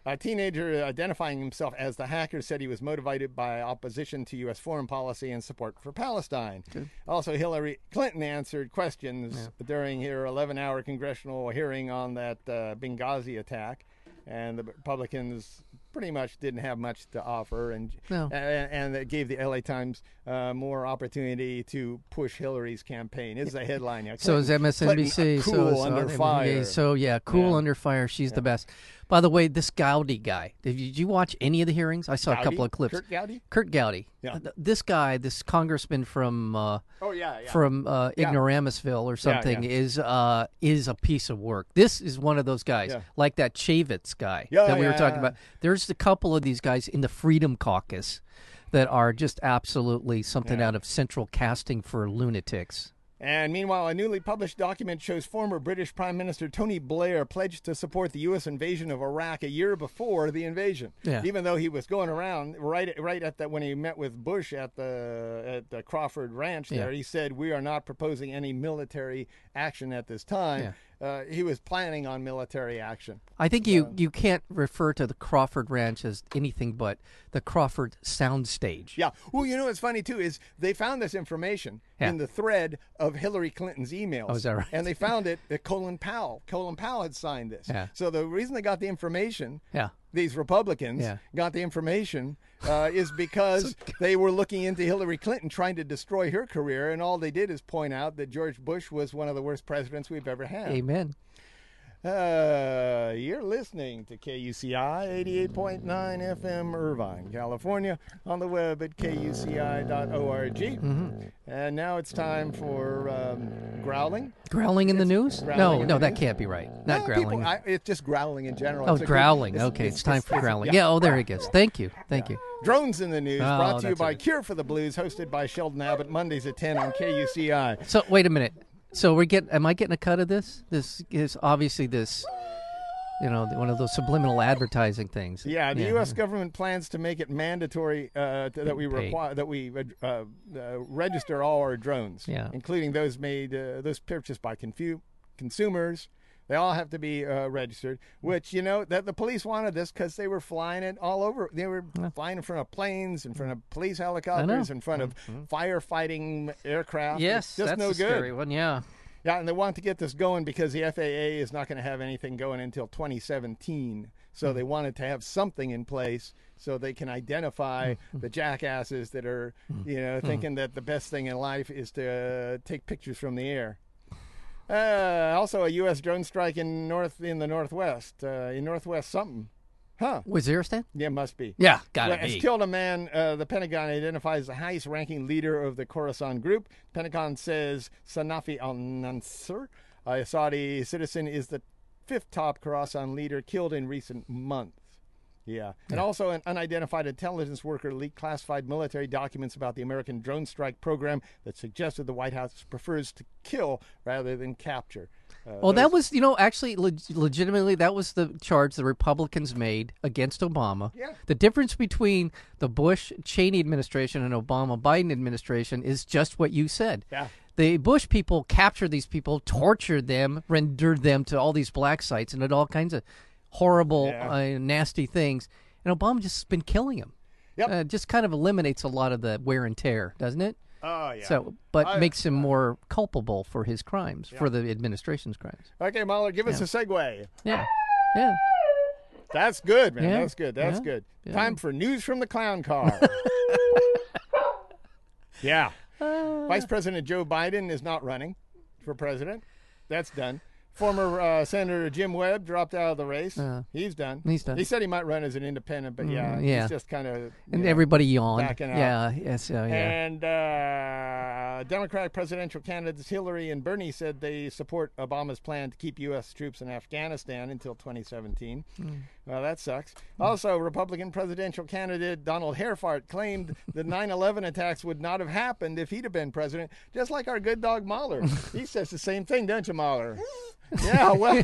A teenager identifying himself as the hacker said he was motivated by opposition to U.S. foreign policy and support for Palestine. Also, Hillary Clinton answered questions during her 11 hour congressional hearing on that uh, Benghazi attack, and the Republicans pretty much didn't have much to offer, and,
No.
and, and it gave the LA Times uh, more opportunity to push Hillary's campaign. This is a headline. Yeah,
So is
Clinton- Clinton,
MSNBC.
uh,
so
cool
is
under
RMBA.
fire.
So yeah, cool under fire. She's the best. By the way, this Gowdy guy. Did you, did you watch any of the hearings? I saw a couple
Gowdy?
of clips.
Kurt Gowdy?
Kurt Gowdy.
Yeah.
Uh, th- This guy, this congressman from uh,
Oh, yeah, yeah.
from uh, Ignoramusville or something, is uh, is a piece of work. This is one of those guys,
Yeah.
like that Chavitz guy
Yeah,
that we were
yeah,
talking
yeah.
about. There's a couple of these guys in the Freedom Caucus that are just absolutely something out of central casting for lunatics.
And meanwhile, a newly published document shows former British Prime Minister Tony Blair pledged to support the U.S. invasion of Iraq a year before the invasion.
Yeah.
Even though he was going around right right at that when he met with Bush at the at the Crawford Ranch there, he said we are not proposing any military action at this time. Uh, he was planning on military action.
I think you, you can't refer to the Crawford Ranch as anything but the Crawford soundstage.
Yeah. Well, you know what's funny too is they found this information
Yeah.
in the thread of Hillary Clinton's emails.
Oh, is that right?
And they found it that Colin Powell, Colin Powell had signed this.
Yeah.
So the reason they got the information,
Yeah.
these Republicans
Yeah.
got the information, uh, is because they were looking into Hillary Clinton trying to destroy her career, and all they did is point out that George Bush was one of the worst presidents we've ever had.
Amen.
Uh, you're listening to KUCI 88.9 FM, Irvine, California, on the web at kuci.org.
Mm-hmm.
And now it's time for um, growling.
Growling in the news?
growling
no,
in
no,
the
that
news?
can't be right. Not
No,
growling.
people- I, it's just growling in general.
oh,
It's a good-
growling. okay, it's, time for growling. Yeah. oh, there it goes. Thank you. Thank you.
Drones in the News,
Oh,
brought to you
that's
by
it.
Cure for the Blues, hosted by Sheldon Abbott, Mondays at 10 on KUCI.
So, wait a minute. So, we're getting, am I getting a cut of this? This is obviously this, you know, one of those subliminal advertising things.
Yeah, the U.S. government plans to make it mandatory uh, th- that we
Paid.
require that we uh, uh, uh, register all our drones,
Yeah.
including those made uh, those purchased by confu- consumers. They all have to be uh, registered. Which you know that the police wanted this because they were flying it all over. They were flying in front of planes,
Mm.
in front of police helicopters, in front of firefighting aircraft.
Mm-hmm. Yes,
it's just
that's
no
a
good.
scary one. Yeah.
Yeah, and they want to get this going because the FAA is not going to have anything going until 2017. So they wanted to have something in place so they can identify the jackasses that are, you know, thinking that the best thing in life is to uh, take pictures from the air. Uh, also, a U.S. drone strike in north in the northwest, uh, in northwest something, huh?
Was there a stand?
Yeah, must be.
Yeah, gotta
Well, It's
be.
killed a man. Uh, the Pentagon identifies the highest ranking leader of the Khorasan group. Pentagon says Sanafi al Nansur, a Saudi citizen, is the fifth top Khorasan leader killed in recent months. Yeah. And also, an unidentified intelligence worker leaked classified military documents about the American drone strike program that suggested the White House prefers to kill rather than capture. Uh,
Well, that was, you know, actually, leg- legitimately, that was the charge the Republicans made against Obama.
Yeah.
The difference between the Bush Cheney administration and Obama Biden administration is just what you said.
Yeah.
The Bush people captured these people, tortured them, rendered them to all these black sites, and did all kinds of horrible, uh, nasty things. And Obama just has been killing them.
Yep.
Uh, just kind of eliminates a lot of the wear and tear, doesn't it?
oh, yeah.
So, but makes him more culpable for his crimes, for the administration's crimes.
okay, Mahler, give us a segue.
Yeah. Yeah.
That's good, man.
Yeah,
That's good. That's
yeah,
good. Time for news from the clown car. yeah.
Uh.
Vice President Joe Biden is not running for president. That's done. Former uh, Senator Jim Webb dropped out of the race. he's done.
Uh. he's done. Mm,
He said he might run as an independent, but yeah,
yeah.
he's just kind of.
And everybody yawned.
Backing out.
Yeah. Yes. Uh, yeah.
And uh, Democratic presidential candidates Hillary and Bernie said they support Obama's plan to keep U.S. troops in Afghanistan until 2017. Well, that sucks. Also, Republican presidential candidate Donald Herfart claimed the 9 11 attacks would not have happened if he'd have been president, just like our good dog Mahler. he says the same thing, don't you, Mahler? yeah, well.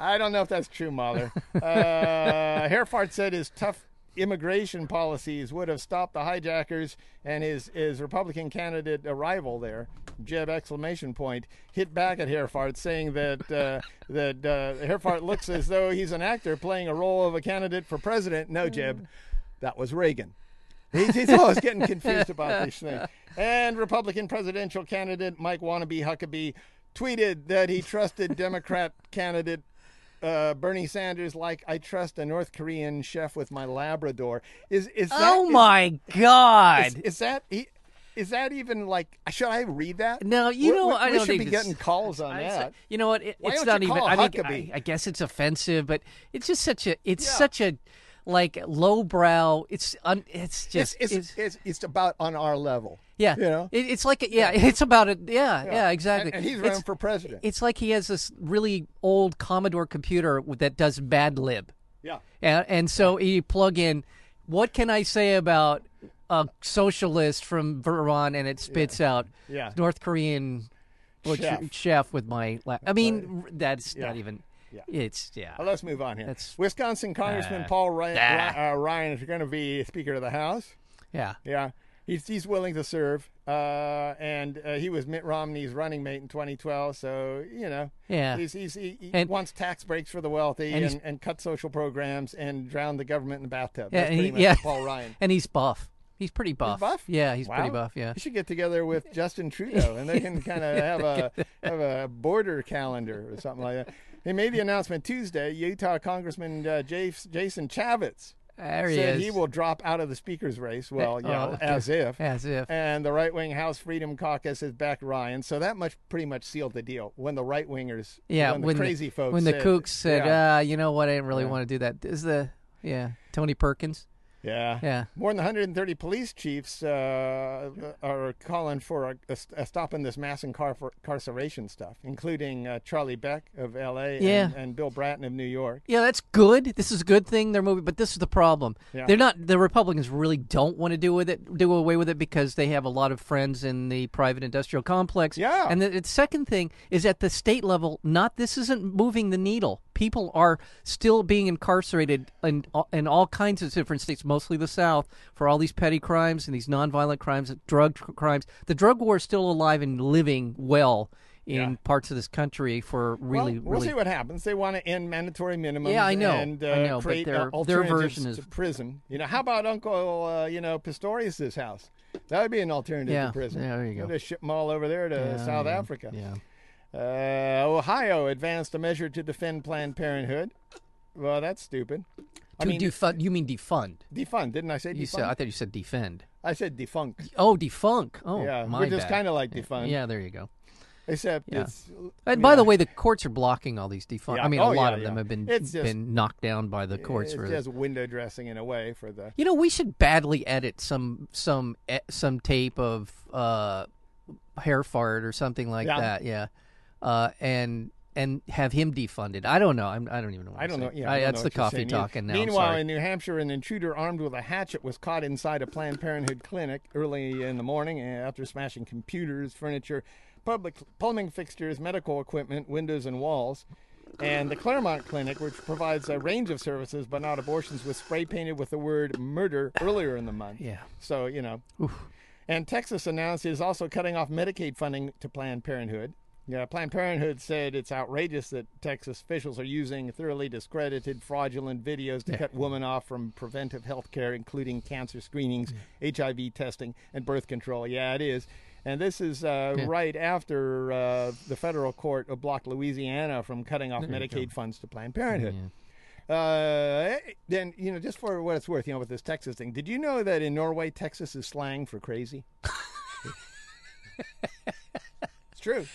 I don't know if that's true, Mahler. Uh, Herfart said his tough immigration policies would have stopped the hijackers, and his, his Republican candidate arrival there, Jeb exclamation point, hit back at Herfart, saying that uh, that uh, Herfart looks as though he's an actor playing a role of a candidate for president. No, Jeb, that was Reagan. He's, he's always getting confused about these things. And Republican presidential candidate Mike Wannabe Huckabee tweeted that he trusted Democrat candidate uh, Bernie Sanders like I trust a North Korean chef with my Labrador. Is is that,
Oh
is-
my God!
Is, is that he? Is that even like? Should I read that?
No, you
We-
know,
we,
I
we should
don't think
be
this-
getting calls on
I- so-
that.
you know what? It,
Why
it's
don't
not
you
even.
call
I, think,
Huckabee?
I, I guess it's offensive, but it's just such a. It's such a, like lowbrow. It's un, It's
It's
just.
it's, it's it's about on our level.
yeah.
you know.
It, it's like a, yeah, It's about it. Yeah, yeah. Exactly.
And, and he's
It's-
running for president.
It's like he has this really old Commodore computer that does Bad Lib.
yeah.
And, and so you plug in, what can I say about a socialist from Iran? And it spits out
Yeah.
North Korean butcher-
Chef.
chef with my. La- I mean, r- that's not even. It's yeah.
Well, let's move on here.
That's-
Wisconsin Congressman Paul Ryan, Ry- uh, Ryan is going to be Speaker of the House.
yeah.
Yeah. He's, he's willing to serve. Uh, and uh, he was Mitt Romney's running mate in 2012. So, you know,
Yeah.
he's, he's, he, he
And-
wants tax breaks for the wealthy and,
he's-
and, cut social programs and drown the government in the bathtub.
Yeah,
That's
and
pretty
he-
much
yeah.
Paul Ryan.
And he's buff. He's pretty buff.
buff?
Yeah, he's pretty
Wow.
buff. Yeah.
He should get together with Justin Trudeau, and they can kind of have a have a border calendar or something like that. He made the announcement Tuesday. Utah Congressman uh, Jas- Jason Chavitz
There he
said
is.
he will drop out of the speaker's race. Well, you know,
oh,
as if.
as if.
And the right wing House Freedom Caucus has backed Ryan, so that much pretty much sealed the deal. When the right wingers,
yeah,
when, the crazy folks,
when the
said-
kooks said,
yeah,
uh, you know what, I didn't really want to do that. Is the yeah Tony Perkins?
yeah,
yeah.
more than 130 police chiefs uh, are calling for a, a, a stopping this mass incar- incarceration stuff, including uh, Charlie Beck of L.A.
Yeah.
and, and Bill Bratton of New York.
Yeah, that's good. This is a good thing they're moving, but this is the problem.
Yeah.
They're not. The Republicans really don't want to do with it, do away with it, because they have a lot of friends in the private industrial complex.
Yeah.
And the, the second thing is at the state level, not this isn't moving the needle. People are still being incarcerated in in all kinds of different states, mostly the South, for all these petty crimes and these nonviolent crimes, drug tr- crimes. The drug war is still alive and living well in parts of this country for really,
Well, we'll
really
see what happens. They want to end mandatory minimums.
Yeah, I know.
And uh,
I know, but
create uh,
their- their
alternatives
version is-
to prison. You know, how about Uncle, uh, you know, Pistorius's house? That would be an alternative
Yeah.
to prison.
Yeah, there you go.
Just ship them all over there to South Africa.
Yeah.
Uh, Ohio advanced a measure to defend Planned Parenthood. Well, that's stupid. I
to
mean,
defund, you mean defund?
defund. Didn't I say
You said
defund?
I thought you said defend.
I said defunct.
Oh, defunk. Oh,
Yeah,
my
which is
bad.
kind of like defund,
Yeah, there you go.
except
Yeah.
it's.
And by the way, the courts are blocking all these defund.
Yeah.
I mean,
Oh,
a lot
yeah,
of them
yeah.
have been
It's just-
been knocked down by the courts.
it's
for-
just window dressing in a way for the.
You know, we should badly edit some some e- some tape of uh, hair fart or something like
Yeah.
that. Yeah, uh, and and have him defunded. I don't know. I'm, I don't even know. What
I
I'm
don't know.
saying.
Yeah,
I-
I don't
that's
know
the
what you're
coffee
saying.
talking now. I'm
Meanwhile,
sorry.
in New Hampshire, an intruder armed with a hatchet was caught inside a Planned Parenthood clinic early in the morning eh, after smashing computers, furniture, public plumbing fixtures, medical equipment, windows, and walls. And the Claremont Clinic, which provides a range of services but not abortions, was spray painted with the word "murder" earlier in the month.
Yeah.
So you know. And Texas announced it is also cutting off Medicaid funding to Planned Parenthood. Yeah, Planned Parenthood said it's outrageous that Texas officials are using thoroughly discredited, fraudulent videos to cut women off from preventive health care, including cancer screenings, HIV testing, and birth control. Yeah, it is. And this is uh, right after uh, the federal court blocked Louisiana from cutting off Medicaid funds to Planned Parenthood. Uh, then you know, just for what it's worth, you know, with this Texas thing, did you know that in Norway, Texas is slang for crazy? it's true.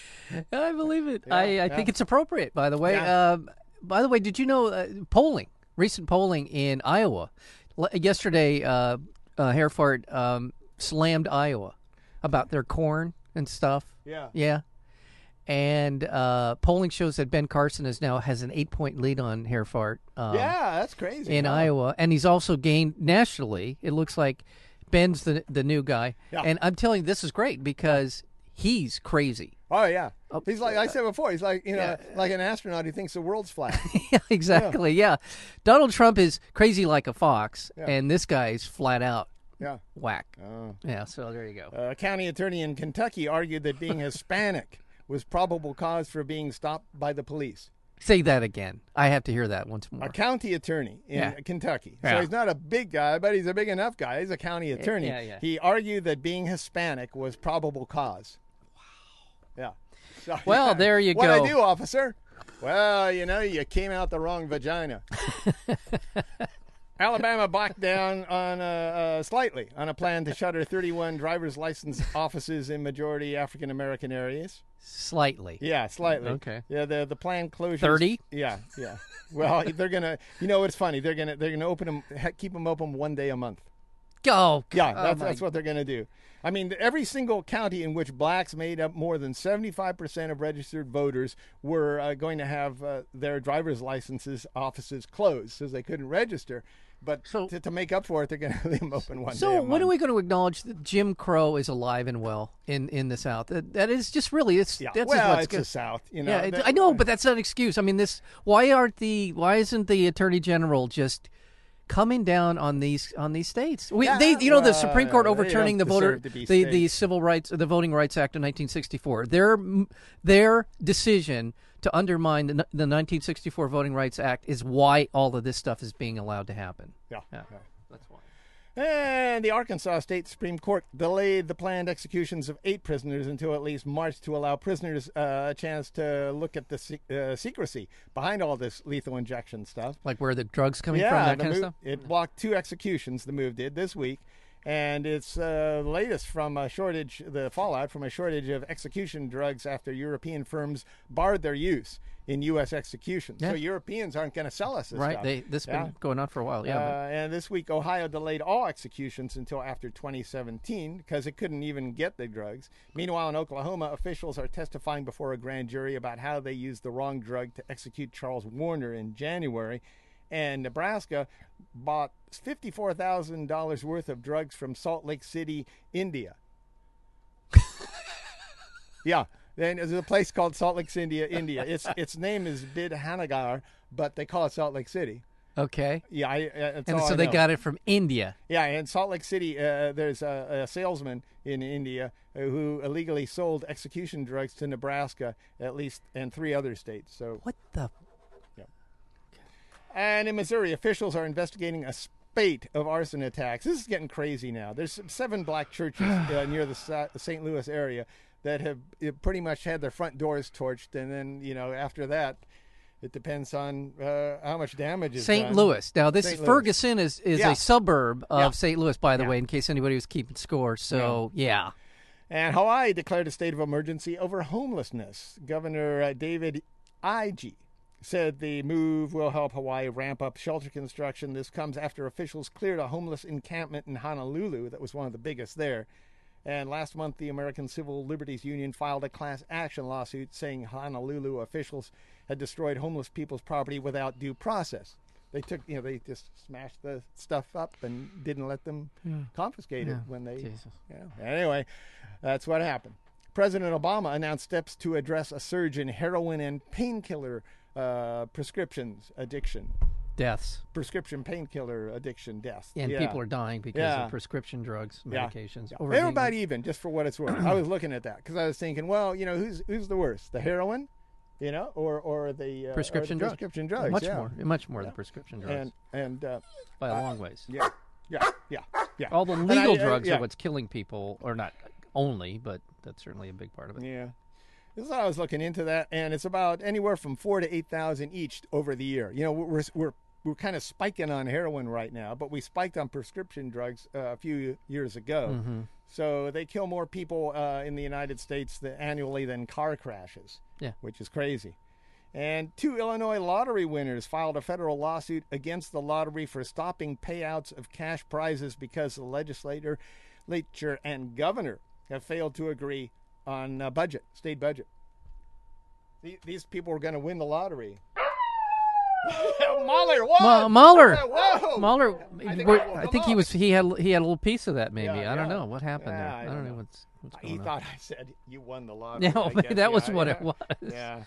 I believe it. I, I think it's appropriate. By the way,
Yeah.
um, by the way, did you know uh, polling? Recent polling in Iowa L- yesterday, uh, uh, Hereford um, slammed Iowa about their corn and stuff.
Yeah.
yeah. And uh, polling shows that Ben Carson is now has an eight point lead on Hereford. Um,
Yeah, that's crazy.
in
huh?
Iowa, and he's also gained nationally. It looks like Ben's the the new guy,
Yeah.
and I'm telling you, this is great because he's crazy.
Oh yeah. He's like I said before. He's like you know, like an astronaut who thinks the world's flat.
yeah, exactly. Yeah. Donald Trump is crazy like a fox, and this guy's flat out
yeah.
whack.
Oh.
Yeah, so there you go.
A county attorney in Kentucky argued that being Hispanic was probable cause for being stopped by the police.
Say that again. I have to hear that once more.
A county attorney in
Yeah.
Kentucky.
Yeah.
So he's not a big guy, but he's a big enough guy. He's a county attorney.
yeah, yeah.
He argued that being Hispanic was probable cause. Wow. Yeah. So-
Well, there you
what
go.
I do, officer? Well, you know, you came out the wrong vagina. Alabama backed down on uh, uh, slightly on a plan to shutter 31 driver's license offices in majority African American areas.
Slightly.
Yeah, slightly.
Okay.
Yeah, the the planned closures.
30?
Yeah, yeah. Well, they're gonna. You know what's funny? They're gonna they're gonna open them, keep them open one day a month.
Go.
Yeah,
oh
that's,
my-
that's what they're gonna do. I mean, every single county in which blacks made up more than seventy five percent of registered voters were uh, going to have uh, their driver's licenses offices closed because they couldn't register. But
So-
to, to make up for it, they're gonna leave them open one day.
So
a
when are
month.
we going to acknowledge that Jim Crow is alive and well in, in the South? That, that is just really it's
Yeah.
that's
well,
what's
it's
good.
the South. You know.
Yeah, it,
that-
I know, but that's not an excuse. I mean, this why aren't the why isn't the attorney general just coming down on these on these states? We,
Yeah,
they, you know, the
well,
Supreme Court
they don't
overturning the voter
deserve to be
the, the
states.
civil rights the Voting Rights Act of 1964. Their their decision to undermine the, the 1964 Voting Rights Act is why all of this stuff is being allowed to happen.
Yeah.
Yeah.
yeah.
That's why.
And the Arkansas State Supreme Court delayed the planned executions of eight prisoners until at least March to allow prisoners uh, a chance to look at the se- uh, secrecy behind all this lethal injection stuff.
Like where the drugs coming from,
yeah,
that
the
kind of
move-
stuff.
it blocked two executions. The move did this week, and it's uh, the latest from a shortage, the fallout from a shortage of execution drugs after European firms barred their use in U.S. executions. So Europeans aren't going to sell us this
Right.
stuff.
They this has
Yeah.
been going on for a while. Yeah. but-
Uh, and this week, Ohio delayed all executions until after 2017 because it couldn't even get the drugs. Meanwhile, in Oklahoma, officials are testifying before a grand jury about how they used the wrong drug to execute Charles Warner in January. And Nebraska bought $54,000 worth of drugs from Salt Lake City, India. Yeah. And there's a place called Salt Lake City, India. Its its name is Bidhanagar, but they call it Salt Lake City.
okay.
Yeah, I, uh, that's
And
all
so
I
they
know.
got it from India.
Yeah, in Salt Lake City, uh, there's a, a salesman in India uh, who illegally sold execution drugs to Nebraska, at least, and three other states. So,
What the?
and in Missouri, officials are investigating a, s- spate of arson attacks. This is getting crazy now. There's seven black churches uh, near the Sa- St. Louis area that have uh, pretty much had their front doors torched, and then you know after that, it depends on uh, how much damage is
St.
done.
Louis. Now, this
St.
is
Louis.
Ferguson is, is
Yeah.
a suburb of
Yeah.
St. Louis, by the way, in case anybody was keeping score. So, yeah.
And Hawaii declared a state of emergency over homelessness. Governor uh, David Ige said the move will help Hawaii ramp up shelter construction. This comes after officials cleared a homeless encampment in Honolulu that was one of the biggest there. And last month, the American Civil Liberties Union filed a class action lawsuit saying Honolulu officials had destroyed homeless people's property without due process. They took, you know, they just smashed the stuff up and didn't let them confiscate it when they
Jesus.
yeah. Anyway, that's what happened. President Obama announced steps to address a surge in heroin and painkiller uh, prescriptions addiction,
Deaths.
prescription painkiller addiction deaths.
And
Yeah.
people are dying because
Yeah.
of prescription drugs,
Yeah.
medications.
Yeah.
or being-
Everybody uh, even, just for what it's worth. I was looking at that because I was thinking, well, you know, who's who's the worst, the heroin, you know, or or the uh, or
Prescription
the
drugs.
prescription drugs,
Much
yeah.
more. Much more than prescription drugs.
and and uh,
by a long ways.
yeah, yeah, yeah, yeah.
All the
And
legal
I- I-
drugs
yeah.
are what's killing people, or not only, but that's certainly a big part of it.
Yeah. This is how I was looking into that, and it's about anywhere from four to eight thousand each over the year. You know, we're we're we're kind of spiking on heroin right now, but we spiked on prescription drugs uh, a few years ago.
Mm-hmm.
So they kill more people uh, in the United States tha- annually than car crashes.
Yeah.
which is crazy. And two Illinois lottery winners filed a federal lawsuit against the lottery for stopping payouts of cash prizes because the legislator, legislature and governor have failed to agree on a budget, state budget. The- These people are going to win the lottery. Oh, Mahler, whoa!
Ma- Mahler!
Whoa!
Mahler,
I think
I think,
I woke
I
him
think he
up.
was he had he had a little piece of that maybe.
Yeah,
I don't
yeah.
know what happened
Yeah,
there.
I
I
don't
don't,
know.
know what's, what's going
He
on.
thought I said you won the lottery.
Yeah,
I
maybe
guess.
Oh, that was
Yeah,
what
yeah.
it was.
Yeah.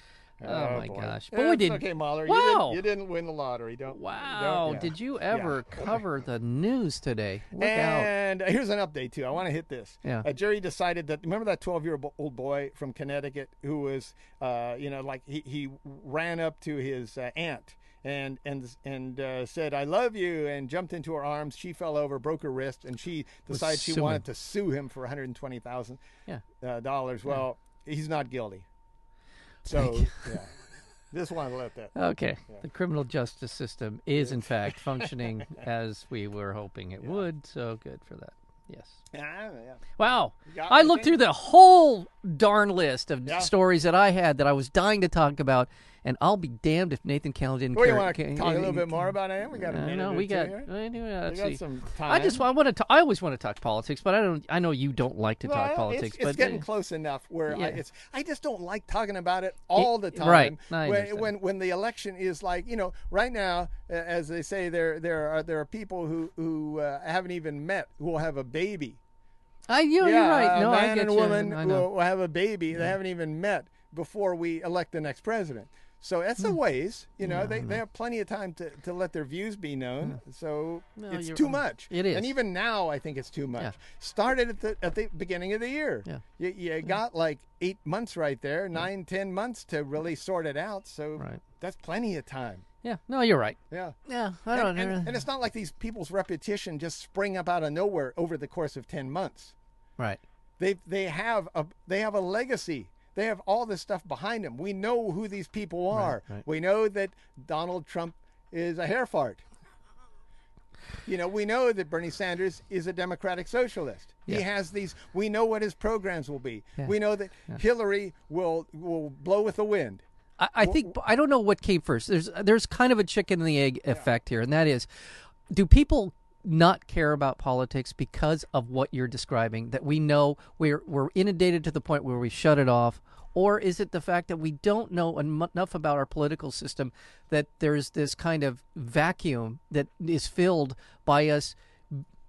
Oh, my
boy.
gosh. But we
It's
didn't-
Okay, Mahler,
Wow.
you, didn't, you didn't win the lottery. Don't.
Wow,
Don't, yeah.
did you ever cover the news today? Look out.
and uh, here's an update too. I want to hit this.
Yeah.
A jury decided that. Remember that 12 year old boy from Connecticut who was, uh, you know, like he, he ran up to his uh, aunt and and and uh, said, "I love you," and jumped into her arms. She fell over, broke her wrist, and she decided she
suing.
wanted to sue him for 120 thousand uh,
Yeah.
dollars. Well, he's not guilty. So yeah, just wanted to let that.
Okay. The criminal justice system is in fact functioning as we were hoping it would, so good for that. Yes.
Yeah, yeah.
Wow.
got
I
anything?
looked through the whole darn list of
Yeah.
stories that I had that I was dying to talk about, and I'll be damned if Nathan Callen didn't
Well, you
care-
want to
ca-
talk a little
ca-
bit more about it? We got a
I
minute.
know
or
we
two
got.
here.
I do- uh,
We
let's
got
see.
some
I just
time.
I want to. T- I always want to talk politics, but I don't. I know you don't like to
Well,
talk
I-
politics,
it's,
but
it's getting
uh,
close enough where I,
yeah.
it's I just don't like talking about it all the time.
right. I
When,
understand.
when when the election is like you know right now, uh, as they say, there there are there are people who who uh, haven't even met who will have a baby.
I Uh, you
yeah,
Oh, you're right.
a
No,
man
I get
and
you.
woman
I
will,
know.
will have a baby they haven't even met before we elect the next president. So that's
Hmm.
a ways, you know. they, they have plenty of time to, to let their views be known. So it's
you're-
too much.
It is.
and even now I think it's too much.
Yeah.
Started at the at the beginning of the year.
Yeah.
you, you got like eight months right there, nine ten months to really sort it out. So
Right.
that's plenty of time.
Yeah. No, you're right.
Yeah.
Yeah. I
And,
don't.
and, and it's not like these people's repetition just spring up out of nowhere over the course of ten months
right.
they they have a they have a legacy. They have all this stuff behind them. We know who these people are.
right.
We know that Donald Trump is a hair fart. You know, we know that Bernie Sanders is a democratic socialist. He
Yeah.
has these. We know what his programs will be.
Yeah.
We know that Hillary will will blow with the wind.
I, I think I don't know what came first. There's there's kind of a chicken and the egg effect here, and that is, do people not care about politics because of what you're describing? That we know we're we're inundated to the point where we shut it off, or is it the fact that we don't know en- enough about our political system that there's this kind of vacuum that is filled by us?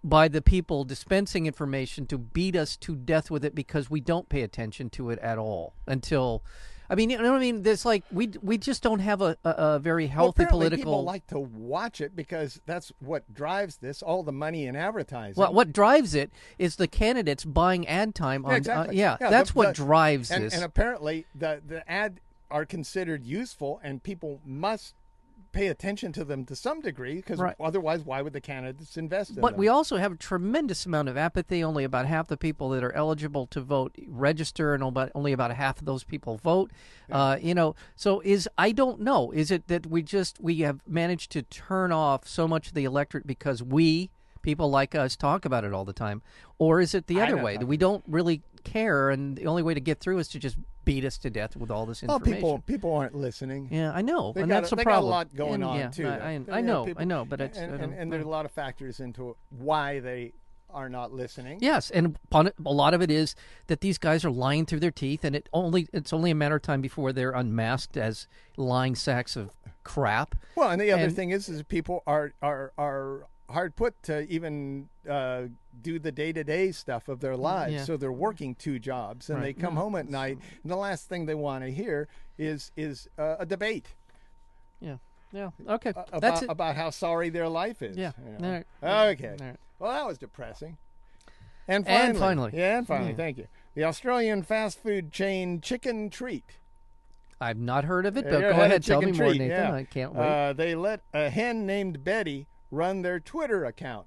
by the people dispensing information to beat us to death with it because we don't pay attention to it at all until I mean you know what I mean there's like we we just don't have a, a, a very
Well,
healthy
apparently
political
people like to watch it because that's what drives this. All the money in advertising.
well, what drives it is the candidates buying ad time on
Yeah, exactly.
uh, yeah,
the-
that's what
the-
drives
and,
this
And apparently, the the ad are considered useful, and people must pay attention to them to some degree because
Right.
otherwise, why would the candidates invest in
But
them?
we also have a tremendous amount of apathy. Only about half the people that are eligible to vote register, and about, only about half of those people vote. Uh, you know, so is I don't know. Is it that we just we have managed to turn off so much of the electorate because we people like us talk about it all the time, or is it the other
don't
way
know.
that we don't really care, and the only way to get through is to just beat us to death with all this
well,
information?
people people aren't listening.
yeah, I know,
They
and
got
that's
a,
a
they
problem.
got a lot going
And,
on
yeah,
too.
I, I,
though.
I
You
know,
people-
I know, but it's,
and,
I
and,
don't-
and there are a lot of factors into why they are not listening.
Yes, and upon it- a lot of it is that these guys are lying through their teeth, and it only it's only a matter of time before they're unmasked as lying sacks of crap.
Well, and the other
And-
thing is, is people are are are hard put to even uh, do the day to day stuff of their lives.
Mm, yeah.
So they're working two jobs, and they come home at night, and the last thing they want to hear is is uh, a debate
Yeah, yeah, okay,
about
that's it.
about how sorry their life is.
Yeah.
you know.
All right.
Okay.
All right.
Well, that was depressing. And finally,
And finally.
yeah, and finally, thank you. The Australian fast food chain Chicken Treat.
I've not heard of it, but
Uh, Yeah,
go
had a
ahead, tell me
chicken
more,
treat,
Nathan.
yeah.
I can't wait.
Uh, they let a hen named Betty run their Twitter account.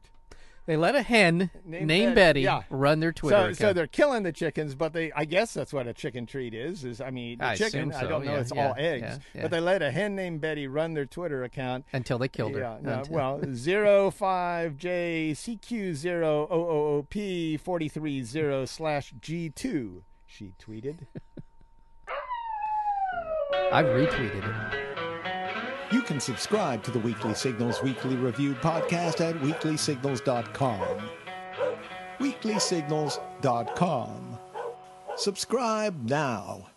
they let a hen
Name
named
Betty,
Betty,
yeah.
run their Twitter
so,
account.
so they're killing the chickens, but they I guess that's what a chicken treat is. Is I mean, the
I
chicken. I
assume
don't
so,
know.
yeah,
it's
yeah,
all eggs,
yeah, yeah.
but they let a hen named Betty run their Twitter account.
until they killed her.
Yeah, no,
Until-
well, zero five J C Q zero O O O P forty three zero slash G two. She tweeted.
I've retweeted it.
You can subscribe to the Weekly Signals Weekly Review podcast at weeklysignals.com. Weeklysignals.com. Subscribe now.